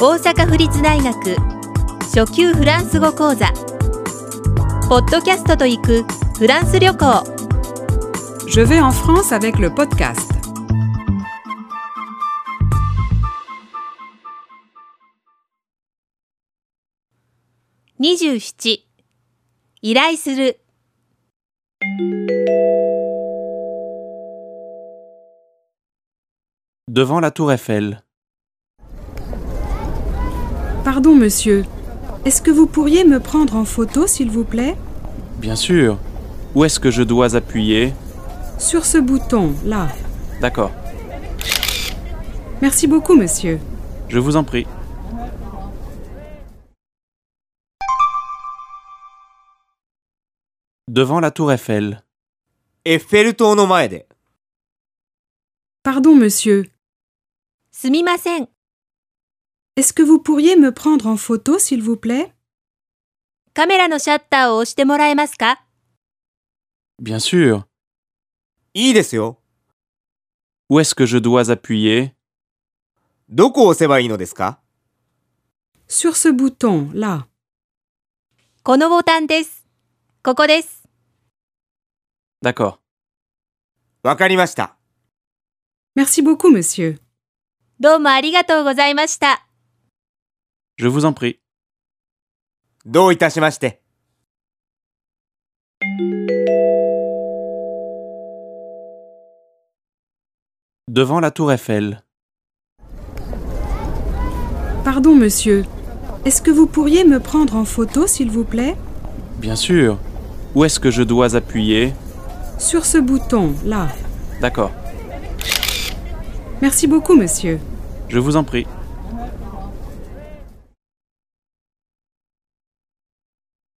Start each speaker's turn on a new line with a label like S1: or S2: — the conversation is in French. S1: 大阪府立大学初級フランス語講座ポッドキャストと行くフランス旅行
S2: Je vais en France avec le podcast.
S1: 27依頼する
S3: Devant la tour Eiffel.
S2: Pardon, monsieur. Est-ce que vous pourriez me prendre en photo, s'il vous plaît
S3: Bien sûr. Où est-ce que je dois appuyer
S2: Sur ce bouton, là.
S3: D'accord.
S2: Merci beaucoup, monsieur.
S3: Je vous en prie. Devant la tour Eiffel.
S4: エッフェル塔の前で
S2: Pardon, monsieur.
S1: すみません
S2: Est-ce que vous pourriez me prendre en photo, s'il vous plaît
S1: カメラのシャッターを押してもらえますか
S3: Bien sûr.
S4: いいですよ。
S3: Où est-ce que je dois appuyer
S4: どこを押せばいいのですか
S2: Sur ce bouton, là.
S1: このボタンですここです
S3: D'accord.
S4: わかりました。
S2: Merci beaucoup, monsieur.
S1: どうもありがとうございました。
S3: Je vous en prie.
S4: どういたしまして。
S3: Devant la tour Eiffel.
S2: Pardon, monsieur. Est-ce que vous pourriez me prendre en photo, s'il vous plaît
S3: Bien sûr. Où est-ce que je dois appuyer
S2: Sur ce bouton, là.
S3: D'accord.
S2: Merci beaucoup, monsieur.
S3: Je vous en prie.